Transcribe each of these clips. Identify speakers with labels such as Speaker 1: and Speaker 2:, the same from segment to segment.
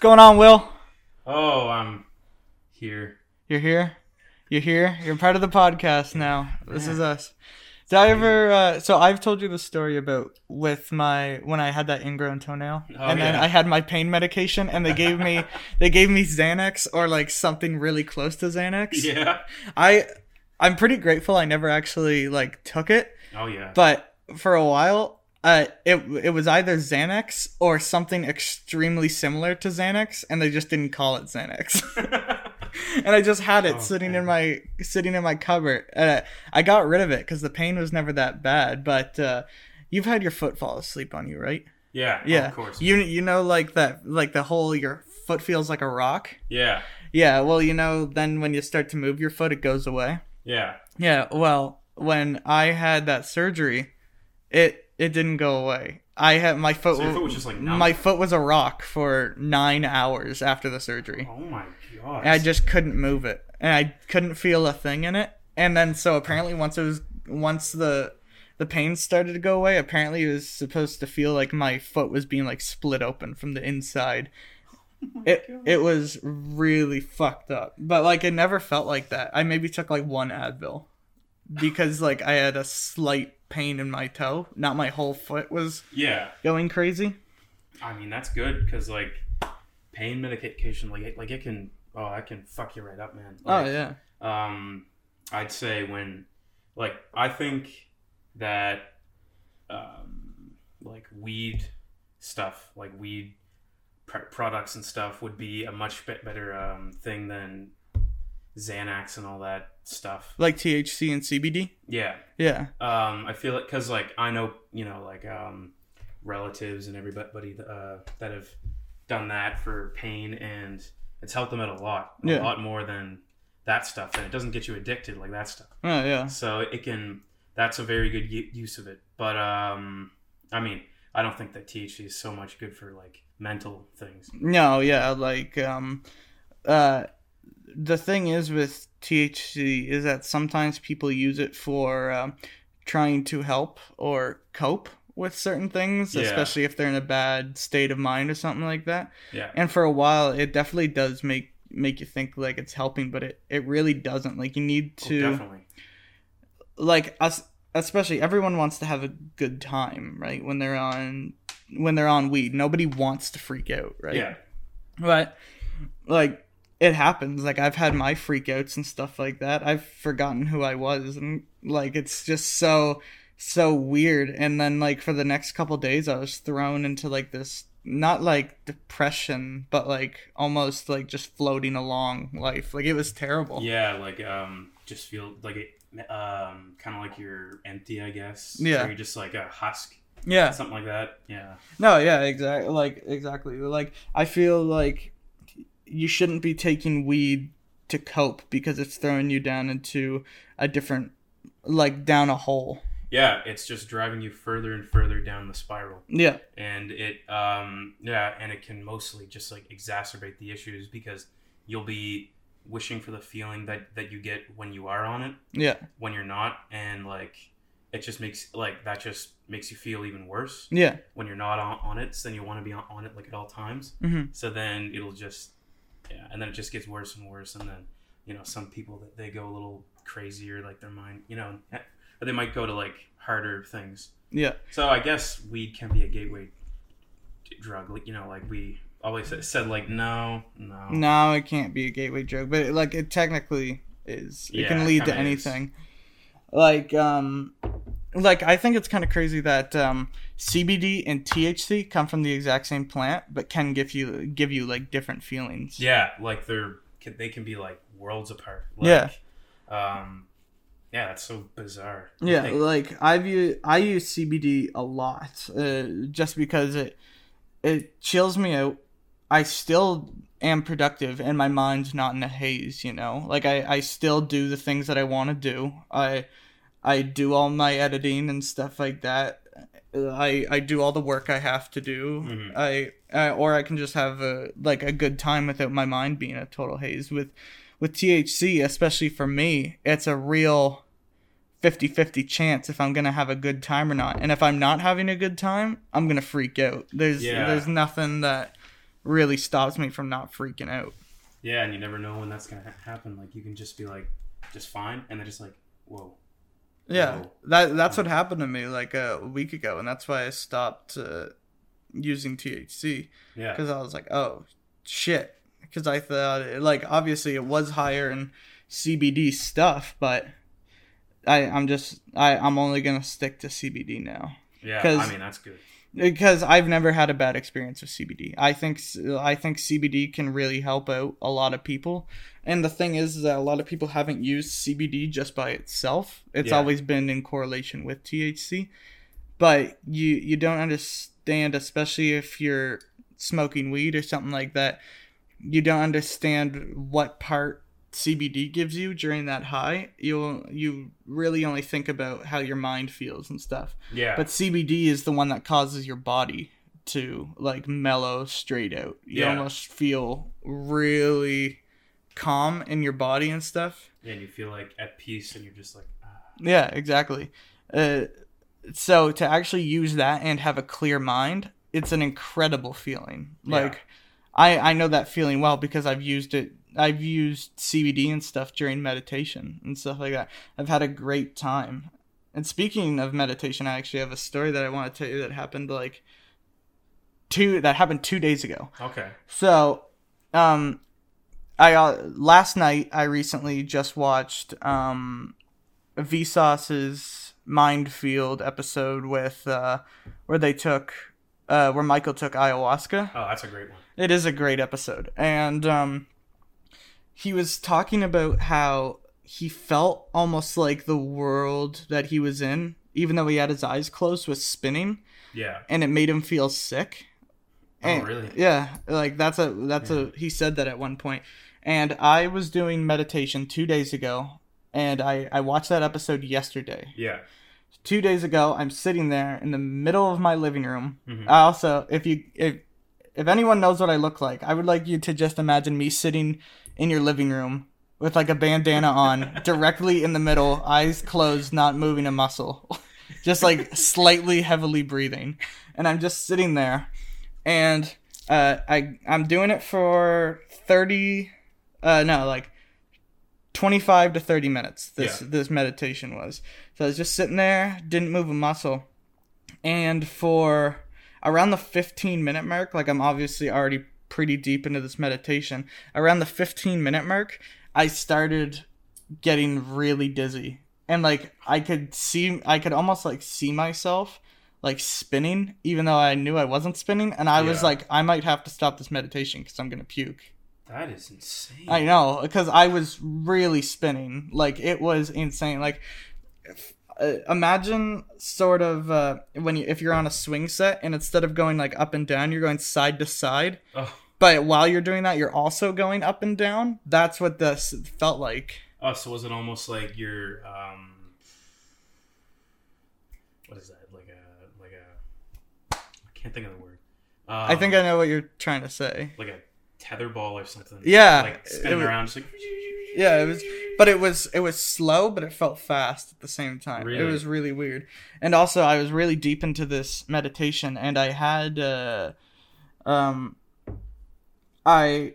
Speaker 1: going on, Will?
Speaker 2: Oh, I'm here.
Speaker 1: You're here. You're here. You're part of the podcast now. This is us. Did I ever? Uh, so I've told you the story about with my when I had that ingrown toenail,
Speaker 2: Oh,
Speaker 1: and then
Speaker 2: yeah.
Speaker 1: I had my pain medication, and they gave me they gave me Xanax or like something really close to Xanax.
Speaker 2: Yeah.
Speaker 1: I I'm pretty grateful I never actually like took it,
Speaker 2: Oh yeah.
Speaker 1: but for a while, uh, it it was either Xanax or something extremely similar to Xanax, and they just didn't call it Xanax. and I just had it
Speaker 2: Oh,
Speaker 1: sitting in
Speaker 2: man.
Speaker 1: my sitting in my cupboard. Uh, I got rid of it because the pain was never that bad. But uh, you've had your foot fall asleep on you, right?
Speaker 2: yeah.
Speaker 1: Yeah.
Speaker 2: Of course.
Speaker 1: You you know like that like the whole your foot feels like a rock.
Speaker 2: yeah.
Speaker 1: Yeah. Well, you know then when you start to move your foot, it goes away.
Speaker 2: Yeah.
Speaker 1: Yeah, well, when I had that surgery, it it didn't go away. I had my foot,
Speaker 2: So your
Speaker 1: w-
Speaker 2: foot was just like numb.
Speaker 1: my foot was a rock for 9 hours after the surgery.
Speaker 2: Oh my god.
Speaker 1: And I just couldn't move it and I couldn't feel a thing in it. And then so apparently once it was once the the pain started to go away, apparently it was supposed to feel like my foot was being like split open from the inside.
Speaker 2: Oh,
Speaker 1: It it was really fucked up, but like it never felt like that. I maybe took like one Advil because like I had a slight pain in my toe, not my whole foot was
Speaker 2: yeah.
Speaker 1: going crazy.
Speaker 2: I mean that's good because like pain medication like it, like it can oh that can fuck you right up man.
Speaker 1: Oh
Speaker 2: Like,
Speaker 1: yeah,
Speaker 2: um, I'd say when, like, I think that, um, like weed stuff, like weed pr- products and stuff, would be a much bit better um, thing than Xanax and all that stuff.
Speaker 1: like THC and CBD.
Speaker 2: Yeah,
Speaker 1: Yeah,
Speaker 2: um, I feel it because, like, I know you know, like, um, relatives and everybody uh, that have done that for pain, and it's helped them out a lot, a
Speaker 1: Yeah.
Speaker 2: lot more than that stuff. And it doesn't get you addicted like that stuff
Speaker 1: oh yeah,
Speaker 2: so it can that's a very good u- use of it but um i mean i don't think that thc is so much good for like mental things
Speaker 1: No, yeah, like um uh the thing is with THC is that sometimes people use it for um, trying to help or cope with certain things,
Speaker 2: Yeah.
Speaker 1: especially if they're in a bad state of mind or something like that.
Speaker 2: yeah
Speaker 1: And for a while it definitely does make make you think like it's helping, but it it really doesn't. Like you need
Speaker 2: Oh,
Speaker 1: to
Speaker 2: definitely
Speaker 1: like us especially everyone wants to have a good time, right? When they're on when they're on weed. Nobody wants to freak out, right?
Speaker 2: yeah
Speaker 1: But like it happens. Like I've had my freakouts and stuff like that. I've forgotten who I was and like it's just so so weird. And then like for the next couple days I was thrown into like this not like depression, but like almost like just floating along life. Like it was terrible.
Speaker 2: yeah like um just feel like it um kind of like you're empty i guess
Speaker 1: Yeah.
Speaker 2: or you're just like a husk
Speaker 1: Yeah.
Speaker 2: something like that yeah
Speaker 1: No, yeah, exactly. Like exactly. Like I feel like you shouldn't be taking weed to cope because it's throwing you down into a different like down a hole.
Speaker 2: yeah it's just driving you further and further down the spiral
Speaker 1: Yeah.
Speaker 2: and it um yeah and it can mostly just like exacerbate the issues because you'll be wishing for the feeling that that you get when you are on it
Speaker 1: Yeah.
Speaker 2: when you're not and like it just makes like that just makes you feel even worse
Speaker 1: Yeah.
Speaker 2: when you're not on, on it so then you want to be on, on it like at all times
Speaker 1: Mhm.
Speaker 2: so then it'll just yeah and then it just gets worse and worse and then you know some people that they go a little crazier like their mind you know eh, or they might go to like harder things
Speaker 1: Yeah.
Speaker 2: so I guess weed can be a gateway d- drug. Like, you know, like we always said, said like no, no,
Speaker 1: No, it can't be a gateway drug, but like it technically is. it
Speaker 2: Yeah,
Speaker 1: can
Speaker 2: it
Speaker 1: lead to
Speaker 2: kinda is.
Speaker 1: anything. Like um like I think it's kind of crazy that um CBD and THC come from the exact same plant but can give you give you like different feelings.
Speaker 2: Yeah, like they're can- they can be like worlds apart.
Speaker 1: Yeah.
Speaker 2: Like, yeah. Um. Yeah, that's so bizarre. I
Speaker 1: Yeah,
Speaker 2: think-
Speaker 1: like I've u- I use CBD a lot, uh, just because it it chills me out. I still am productive, and my mind's not in a haze. You know, like I I still do the things that I want to do. I I do all my editing and stuff like that. I I do all the work I have to do.
Speaker 2: Mhm.
Speaker 1: I, I or I can just have a like a good time without my mind being a total haze with with THC, especially for me, it's a real 50-50 chance if I'm going to have a good time or not. And if I'm not having a good time, I'm going to freak out. There's
Speaker 2: Yeah.
Speaker 1: there's nothing that really stops me from not freaking out.
Speaker 2: Yeah, and you never know when that's gonna ha- happen. Like you can just be like, just fine, and then just like, whoa.
Speaker 1: Yeah,
Speaker 2: Whoa.
Speaker 1: that that's what happened to me like a week ago, and that's why I stopped uh, using THC
Speaker 2: Yeah.
Speaker 1: because I was like, oh shit, because I thought it, like obviously it was higher in CBD stuff, but I I'm just I I'm only gonna stick to CBD now
Speaker 2: Yeah.
Speaker 1: 'cause-
Speaker 2: I mean, that's good.
Speaker 1: because I've never had a bad experience with CBD. I think I think CBD can really help out a lot of people. And the thing is that a lot of people haven't used CBD just by itself. It's
Speaker 2: Yeah.
Speaker 1: always been in correlation with THC. But you you don't understand especially if you're smoking weed or something like that. You don't understand what part CBD gives you during that high. You you really only think about how your mind feels and stuff.
Speaker 2: Yeah.
Speaker 1: But CBD is the one that causes your body to like mellow straight out. You
Speaker 2: Yeah.
Speaker 1: almost feel really calm in your body and stuff.
Speaker 2: and you feel like at peace, and you're just like, ah.
Speaker 1: Yeah, exactly. Uh, so to actually use that and have a clear mind, it's an incredible feeling.
Speaker 2: Yeah.
Speaker 1: Like I I know that feeling well because I've used it. I've used CBD and stuff during meditation and stuff like that. I've had a great time. And speaking of meditation, I actually have a story that I want to tell you that happened like two that happened 2 days ago.
Speaker 2: okay.
Speaker 1: So, um, I uh, last night I recently just watched um, Vsauce's Mindfield episode with uh, where they took uh, where Michael took ayahuasca.
Speaker 2: Oh, that's a great one.
Speaker 1: It is a great episode, and um, he was talking about how he felt almost like the world that he was in, even though he had his eyes closed, was spinning
Speaker 2: Yeah.
Speaker 1: and it made him feel sick.
Speaker 2: Oh,
Speaker 1: And-
Speaker 2: really?
Speaker 1: Yeah, like that's a that's a he said that at one point. And I was doing meditation 2 days ago and I I watched that episode yesterday.
Speaker 2: Yeah.
Speaker 1: 2 days ago, I'm sitting there in the middle of my living room.
Speaker 2: Mhm.
Speaker 1: I also if you if if anyone knows what I look like, I would like you to just imagine me sitting in your living room with like a bandana on, directly in the middle, eyes closed, not moving a muscle, just like slightly heavily breathing. And I'm just sitting there and uh, I I'm doing it for 30 uh, no, like 25 to 30 minutes this this meditation was. So I was just sitting there, didn't move a muscle. And for around the 15 minute mark, like I'm obviously already pretty deep into this meditation, around the 15 minute mark, I started getting really dizzy. And like I could see I could almost like see myself like spinning even though I knew I wasn't spinning and I was
Speaker 2: Yeah.
Speaker 1: like I might have to stop this meditation cuz I'm going to puke.
Speaker 2: That is insane.
Speaker 1: I know because I was really spinning. Like it was insane. Like if- uh, imagine sort of uh, when you if you're on a swing set and instead of going like up and down, you're going side to side.
Speaker 2: Oh,
Speaker 1: But while you're doing that, you're also going up and down. That's what this felt like.
Speaker 2: oh, so was it almost like your um, what is that? Like a like a I can't think of the word. Um,
Speaker 1: I think I know what you're trying to say.
Speaker 2: like a tether ball or something.
Speaker 1: Yeah,
Speaker 2: like
Speaker 1: it
Speaker 2: spinning
Speaker 1: was-
Speaker 2: around, just like
Speaker 1: Yeah, it was, but it was it was slow, but it felt fast at the same time. It
Speaker 2: Really?
Speaker 1: was really weird, and also I was really deep into this meditation, and I had, uh, um, I,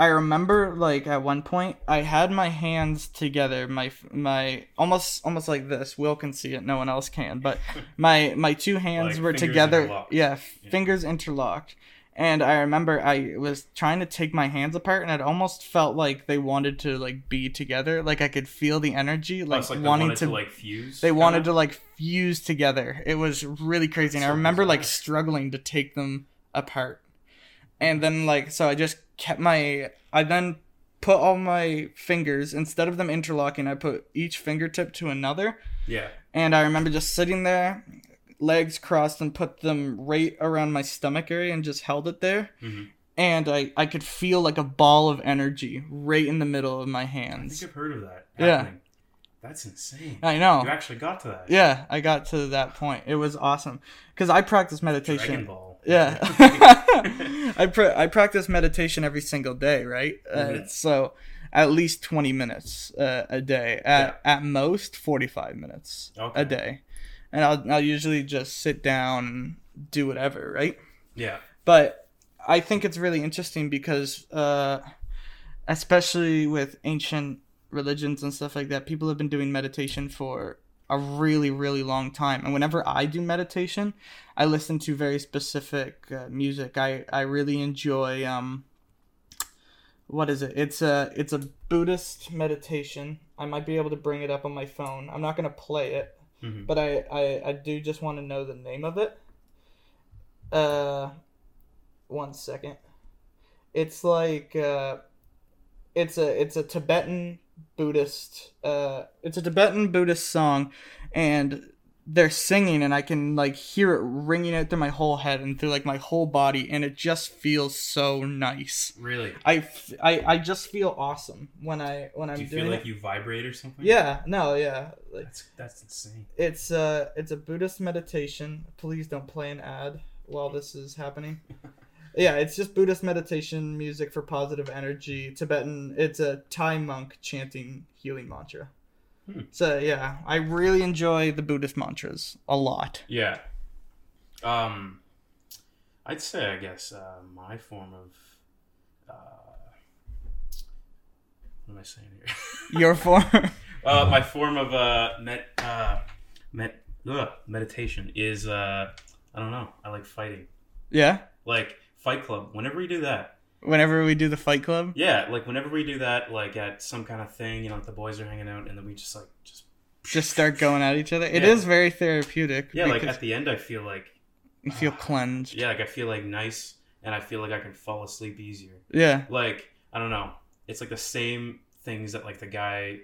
Speaker 1: I remember like at one point I had my hands together, my my almost almost like this. Will can see it, no one else can, but my my two hands
Speaker 2: Like
Speaker 1: were
Speaker 2: fingers
Speaker 1: together.
Speaker 2: interlocked.
Speaker 1: Yeah,
Speaker 2: Yeah.
Speaker 1: fingers interlocked. And I remember I was trying to take my hands apart, and it almost felt like they wanted to like be together. Like I could feel the energy,
Speaker 2: Oh,
Speaker 1: like,
Speaker 2: it's like they
Speaker 1: wanting
Speaker 2: wanted
Speaker 1: to.
Speaker 2: to, like fuse.
Speaker 1: they
Speaker 2: kinda?
Speaker 1: wanted to like fuse together. It was really crazy, and I
Speaker 2: So
Speaker 1: remember like
Speaker 2: bizarre.
Speaker 1: struggling to take them apart. And then like so, I just kept my. I then put all my fingers instead of them interlocking. I put each fingertip to another,
Speaker 2: Yeah.
Speaker 1: and I remember just sitting there, legs crossed, and put them right around my stomach area and just held it there.
Speaker 2: Mhm.
Speaker 1: And I, I could feel like a ball of energy right in the middle of my
Speaker 2: I think
Speaker 1: hands.
Speaker 2: I've heard of that.
Speaker 1: Yeah.
Speaker 2: Happening. That's insane.
Speaker 1: I know.
Speaker 2: You actually got to that.
Speaker 1: Yeah, I got to that point. It was awesome because I practice
Speaker 2: Dragon
Speaker 1: meditation.
Speaker 2: Ball.
Speaker 1: Yeah, I pra- I practice meditation every single day, right? Uh,
Speaker 2: Mhm.
Speaker 1: So at least twenty minutes uh, a day, at, at most forty five minutes
Speaker 2: Okay.
Speaker 1: a day, and I'll I'll usually just sit down and do whatever, right?
Speaker 2: yeah.
Speaker 1: But I think it's really interesting because, uh, especially with ancient religions and stuff like that, people have been doing meditation for a really, really long time. And whenever I do meditation, I listen to very specific uh, music. I, I really enjoy um, what is it? It's a it's a Buddhist meditation. I might be able to bring it up on my phone. I'm not gonna play it,
Speaker 2: Mhm.
Speaker 1: but I, I, I do just want to know the name of it. Uh, one second. It's like uh, it's a it's a Tibetan Buddhist uh, it's a Tibetan Buddhist song, and they're singing, and I can like hear it ringing out through my whole head and through like my whole body, and it just feels so nice.
Speaker 2: Really?
Speaker 1: I, f- I, I just feel awesome when I when I'm
Speaker 2: Do you
Speaker 1: doing
Speaker 2: feel like
Speaker 1: it.
Speaker 2: you vibrate or something?
Speaker 1: Yeah, no, yeah. Like,
Speaker 2: That's that's insane.
Speaker 1: it's uh it's a Buddhist meditation. Please don't play an ad while this is happening. Yeah, it's just Buddhist meditation music for positive energy. Tibetan. It's a Thai monk chanting healing mantra.
Speaker 2: Hmm.
Speaker 1: So yeah, I really enjoy the Buddhist mantras a lot.
Speaker 2: Yeah. Um, I'd say I guess uh, my form of uh, what am I saying here?
Speaker 1: Your form.
Speaker 2: Uh, my form of uh, med, uh, med, ugh, meditation is uh, I don't know. I like fighting,
Speaker 1: yeah.
Speaker 2: like Fight Club. Whenever we do that,
Speaker 1: Whenever we do the Fight Club.
Speaker 2: yeah, like whenever we do that, like at some kind of thing, you know, like the boys are hanging out, and then we just like just
Speaker 1: Just start going at each other. It is
Speaker 2: Yeah.
Speaker 1: very therapeutic.
Speaker 2: yeah, like
Speaker 1: because
Speaker 2: at the end, I feel like
Speaker 1: you feel cleansed.
Speaker 2: yeah, like I feel like nice, and I feel like I can fall asleep easier.
Speaker 1: yeah.
Speaker 2: Like I don't know, it's like the same things that like the guy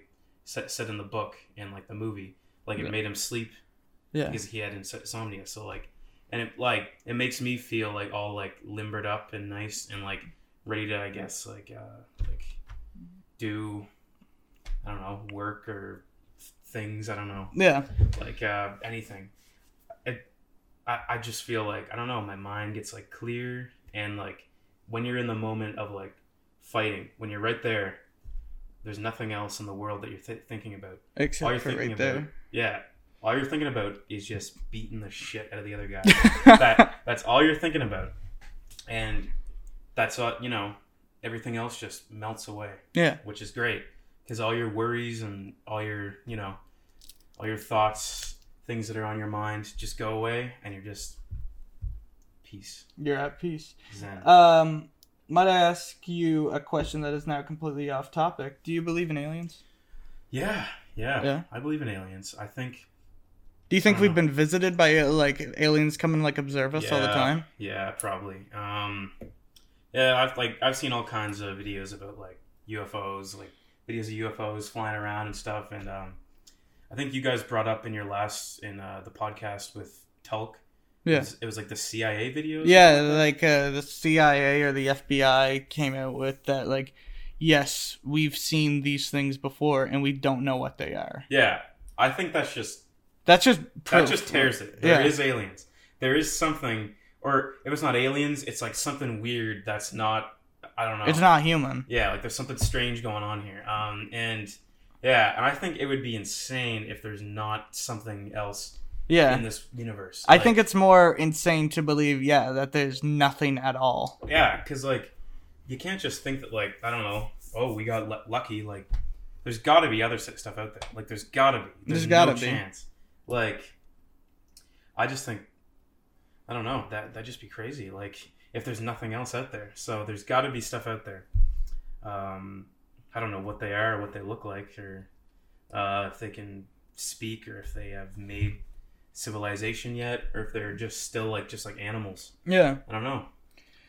Speaker 2: said, said in the book and like the movie. Like it
Speaker 1: Yeah.
Speaker 2: made him sleep
Speaker 1: Yeah.
Speaker 2: because he had ins- insomnia. So like, and it like it makes me feel like all like limbered up and nice and like ready to I guess like uh like do I don't know work or th- things I don't know
Speaker 1: Yeah.
Speaker 2: like uh anything. It, I I just feel like I don't know my mind gets like clear and like when you're in the moment of like fighting when you're right there. There's nothing else in the world that you're th- thinking about. All
Speaker 1: Except
Speaker 2: you're
Speaker 1: for
Speaker 2: thinking
Speaker 1: right
Speaker 2: about,
Speaker 1: there.
Speaker 2: yeah. All you're thinking about is just beating the shit out of the other guy.
Speaker 1: yeah.
Speaker 2: that that's all you're thinking about, and that's all you know. Everything else just melts away,
Speaker 1: Yeah.
Speaker 2: which is great because all your worries and all your you know, all your thoughts, things that are on your mind, just go away, and you're just peace,
Speaker 1: You're at peace.
Speaker 2: zen.
Speaker 1: Um, might I ask you a question that is now completely off topic? Do you believe in aliens?
Speaker 2: yeah, yeah,
Speaker 1: Yeah.
Speaker 2: I believe in aliens. I think
Speaker 1: Do you think
Speaker 2: Uh.
Speaker 1: we've been visited by uh, like aliens come and like observe us all the
Speaker 2: Yeah,
Speaker 1: time?
Speaker 2: Yeah, probably. Um, yeah, I've like I've seen all kinds of videos about like UFOs, like videos of UFOs flying around and stuff. And um, I think you guys brought up in your last in uh, the podcast with Telk. It
Speaker 1: Yeah.
Speaker 2: was, it was like the CIA videos.
Speaker 1: Yeah, like uh, the CIA or the FBI came out with that like yes, we've seen these things before and we don't know what they are.
Speaker 2: yeah. I think that's just
Speaker 1: That's just proof.
Speaker 2: that just tears it. There
Speaker 1: Yeah.
Speaker 2: is aliens. There is something, or if it's not aliens, it's like something weird that's not. I don't know.
Speaker 1: It's not human.
Speaker 2: yeah like there's something strange going on here um and yeah and i think it would be insane if there's not something else
Speaker 1: Yeah.
Speaker 2: in this universe
Speaker 1: I
Speaker 2: Like,
Speaker 1: think it's more insane to believe, yeah, that there's nothing at all.
Speaker 2: yeah because like you can't just think that like i don't know oh we got l- lucky like there's gotta be other s- stuff out there like there's gotta be
Speaker 1: There's gotta
Speaker 2: no
Speaker 1: be.
Speaker 2: chance like i just think i don't know that that'd just be crazy like if there's nothing else out there so there's gotta be stuff out there um i don't know what they are what they look like or uh if they can speak or if they have made civilization yet or if they're just still like just like animals
Speaker 1: Yeah.
Speaker 2: i don't know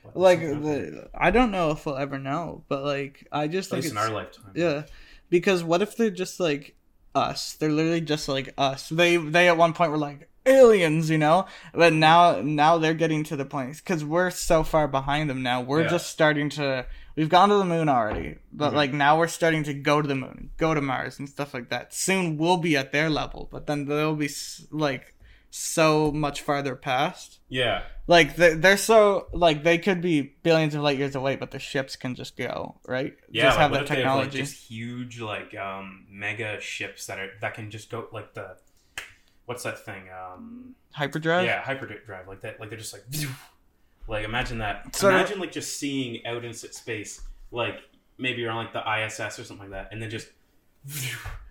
Speaker 2: But
Speaker 1: like
Speaker 2: something out there.
Speaker 1: the, I don't know if we'll ever know, but like I just
Speaker 2: at
Speaker 1: think
Speaker 2: least
Speaker 1: it's
Speaker 2: in our lifetime.
Speaker 1: yeah, because what if they're just like us? They're literally just like us. They they at one point were like aliens, you know, but now now they're getting to the point because we're so far behind them now. We're
Speaker 2: Yeah.
Speaker 1: just starting to we've gone to the moon already, but
Speaker 2: Mhm.
Speaker 1: like now we're starting to go to the moon, go to Mars and stuff like that. Soon we'll be at their level, but then they'll be s- like so much farther past.
Speaker 2: Yeah.
Speaker 1: Like they're, they're so like they could be billions of light years away, but the ships can just go right.
Speaker 2: Yeah.
Speaker 1: just
Speaker 2: like,
Speaker 1: have
Speaker 2: what
Speaker 1: that
Speaker 2: if they have, like,
Speaker 1: technology.
Speaker 2: just huge like um mega ships that are that can just go like the what's that thing? Um
Speaker 1: Hyperdrive.
Speaker 2: yeah, hyperdrive. Like that like they're just like Like imagine that.
Speaker 1: So-
Speaker 2: imagine like just seeing out into space, like maybe you're on like the ISS or something like that, and then just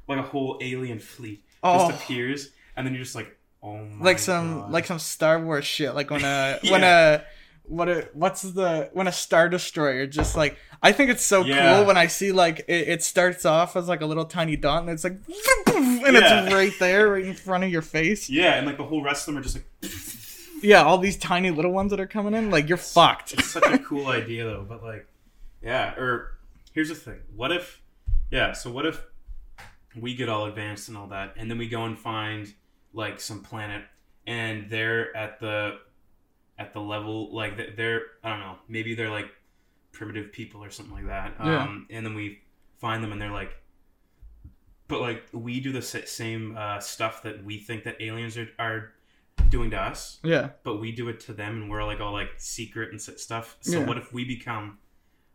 Speaker 2: like a whole alien fleet
Speaker 1: Oh.
Speaker 2: just appears, and then you're just like, oh my
Speaker 1: like some
Speaker 2: God.
Speaker 1: like some Star Wars shit. Like when a when a what a what's the when a star destroyer just like I think it's so
Speaker 2: Yeah.
Speaker 1: cool when I see like it, it starts off as like a little tiny dot and it's like and it's
Speaker 2: Yeah.
Speaker 1: right there right in front of your face.
Speaker 2: yeah, and like the whole rest of them are just like.
Speaker 1: Yeah, all these tiny little ones that are coming in, like you're fucked.
Speaker 2: it's such a cool idea though but like yeah or here's the thing what if yeah so what if we get all advanced and all that and then we go and find like some planet and they're at the at the level like th- they're i don't know maybe they're like primitive people or something like that
Speaker 1: Yeah.
Speaker 2: um and then we find them and they're like but like we do the sa- same uh, stuff that we think that aliens are, are doing to us
Speaker 1: Yeah,
Speaker 2: but we do it to them and we're like all like secret and s- stuff so
Speaker 1: Yeah.
Speaker 2: what if we become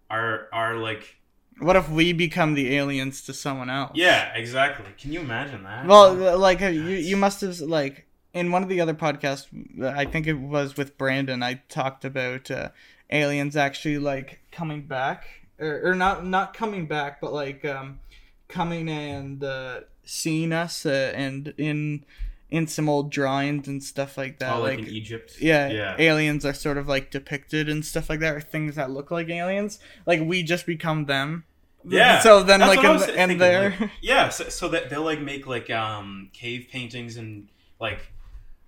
Speaker 2: our our like
Speaker 1: what if we become the aliens to someone else?
Speaker 2: yeah exactly can you imagine that
Speaker 1: Well, th- like uh, you, you must have like in one of the other podcasts, uh, I think it was with Brandon. I talked about uh, aliens actually like coming back, or, or not not coming back, but like um, coming and uh, seeing us uh, and in in some old drawings and stuff like that.
Speaker 2: oh, like,
Speaker 1: uh, like
Speaker 2: in egypt
Speaker 1: yeah,
Speaker 2: yeah
Speaker 1: aliens are sort of like depicted and stuff like that, or things that look like aliens. Like we just become them.
Speaker 2: Yeah,
Speaker 1: So then,
Speaker 2: that's
Speaker 1: like,
Speaker 2: what I
Speaker 1: in,
Speaker 2: was
Speaker 1: the- and
Speaker 2: thinking,
Speaker 1: there.
Speaker 2: like- yeah so, so that they'll like make like um cave paintings and like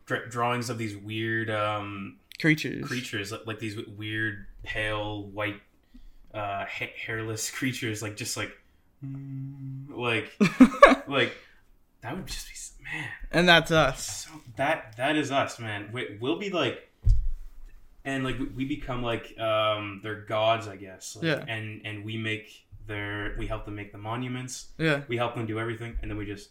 Speaker 2: dra- drawings of these weird um
Speaker 1: creatures.
Speaker 2: creatures like, like these weird pale white uh ha- hairless creatures like just like mm, like like that would just be s- man
Speaker 1: and that's us.
Speaker 2: So that that is us, man. We, we'll be like, and like we- we become like um their gods, I guess. Like,
Speaker 1: Yeah.
Speaker 2: And and we make their we help them make the monuments.
Speaker 1: Yeah.
Speaker 2: We help them do everything, and then we just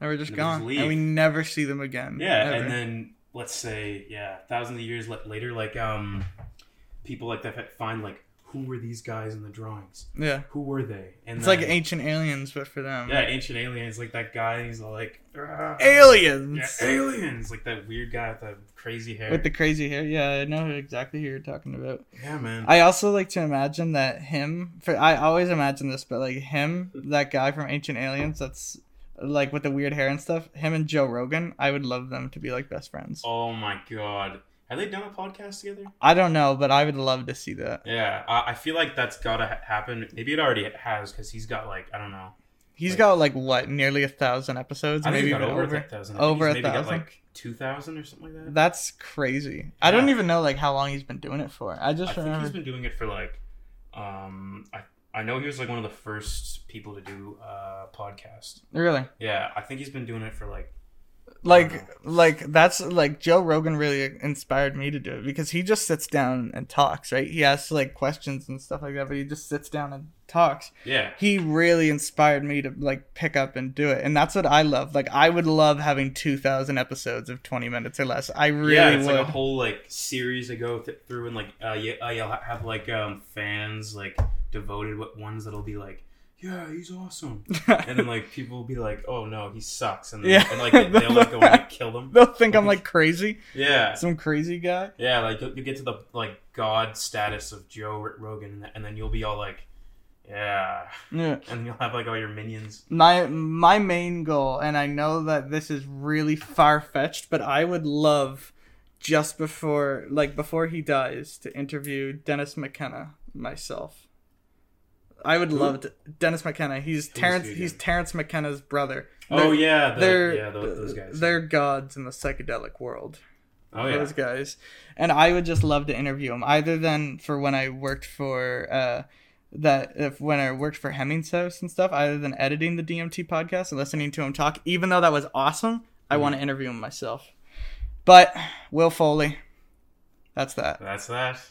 Speaker 1: And we're just
Speaker 2: And they just
Speaker 1: gone.
Speaker 2: leave.
Speaker 1: and we never see them again.
Speaker 2: yeah,
Speaker 1: ever.
Speaker 2: and then let's say yeah, thousands of years la- later, like um people like that find like who were these guys in the drawings?
Speaker 1: yeah.
Speaker 2: Who were they? And
Speaker 1: It's
Speaker 2: then-
Speaker 1: like ancient aliens, but for them.
Speaker 2: yeah, ancient aliens like that guy. He's all like "Ah,
Speaker 1: Aliens!
Speaker 2: yeah, aliens like that weird guy with the crazy hair.
Speaker 1: With the crazy hair. Yeah, I know exactly who you're talking about.
Speaker 2: yeah, man.
Speaker 1: I also like to imagine that him, for I always imagine this, but like him, that guy from Ancient Aliens that's like with the weird hair and stuff, him and Joe Rogan, I would love them to be like best friends.
Speaker 2: Oh my god. Have they done a podcast together?
Speaker 1: I don't know, but I would love to see that.
Speaker 2: Yeah, I, I feel like that's gotta ha- happen. Maybe it already has because he's got like I don't know.
Speaker 1: He's
Speaker 2: Like-
Speaker 1: got like what, nearly a thousand episodes,
Speaker 2: I think
Speaker 1: maybe
Speaker 2: he's got
Speaker 1: even
Speaker 2: over,
Speaker 1: over.
Speaker 2: a thousand. I think
Speaker 1: over
Speaker 2: he's
Speaker 1: a
Speaker 2: maybe got
Speaker 1: thousand.
Speaker 2: like two thousand or something like that.
Speaker 1: That's crazy. I don't
Speaker 2: Yeah.
Speaker 1: even know like how long he's been doing it for. I
Speaker 2: I
Speaker 1: just
Speaker 2: think
Speaker 1: remember.
Speaker 2: he's been doing it for like, um, I I know he was like one of the first people to do uh podcast.
Speaker 1: Really,
Speaker 2: Yeah, I think he's been doing it for like
Speaker 1: like, like that's like Joe Rogan really inspired me to do it because he just sits down and talks, right? He asks like questions and stuff like that, but he just sits down and talks.
Speaker 2: yeah.
Speaker 1: He really inspired me to like pick up and do it, and that's what I love. Like, I would love having two thousand episodes of twenty minutes or less. I really
Speaker 2: yeah, it's
Speaker 1: would.
Speaker 2: like a whole like series I go th- through, and like uh, yeah, uh, you'll ha- have like um fans like devoted what ones that'll be like, yeah, he's awesome, and then like people will be like, oh no, he sucks, and, then,
Speaker 1: Yeah.
Speaker 2: and like they- they'll like go and like, kill them.
Speaker 1: They'll think I'm like crazy,
Speaker 2: Yeah,
Speaker 1: some crazy guy.
Speaker 2: yeah, like you get to the like god status of Joe R- Rogan, and, th- and then you'll be all like, yeah,
Speaker 1: Yeah.
Speaker 2: and you'll have like all your minions.
Speaker 1: my my main goal and i know that this is really far-fetched but i would love just before like before he dies to interview dennis mckenna myself i would love to dennis mckenna he's
Speaker 2: he
Speaker 1: terrence
Speaker 2: again?
Speaker 1: he's terrence mckenna's brother
Speaker 2: oh
Speaker 1: They're-
Speaker 2: yeah, the,
Speaker 1: they're
Speaker 2: yeah, tho- those guys.
Speaker 1: they're gods in the psychedelic world
Speaker 2: oh yeah,
Speaker 1: those guys. And I would just love to interview them, either than for when I worked for uh, that if when I worked for Hemming's house and stuff, either than editing the DMT podcast and listening to him talk. Even though that was awesome,
Speaker 2: Mm-hmm.
Speaker 1: I want to interview him myself. But Will Foley, that's that.
Speaker 2: that's that.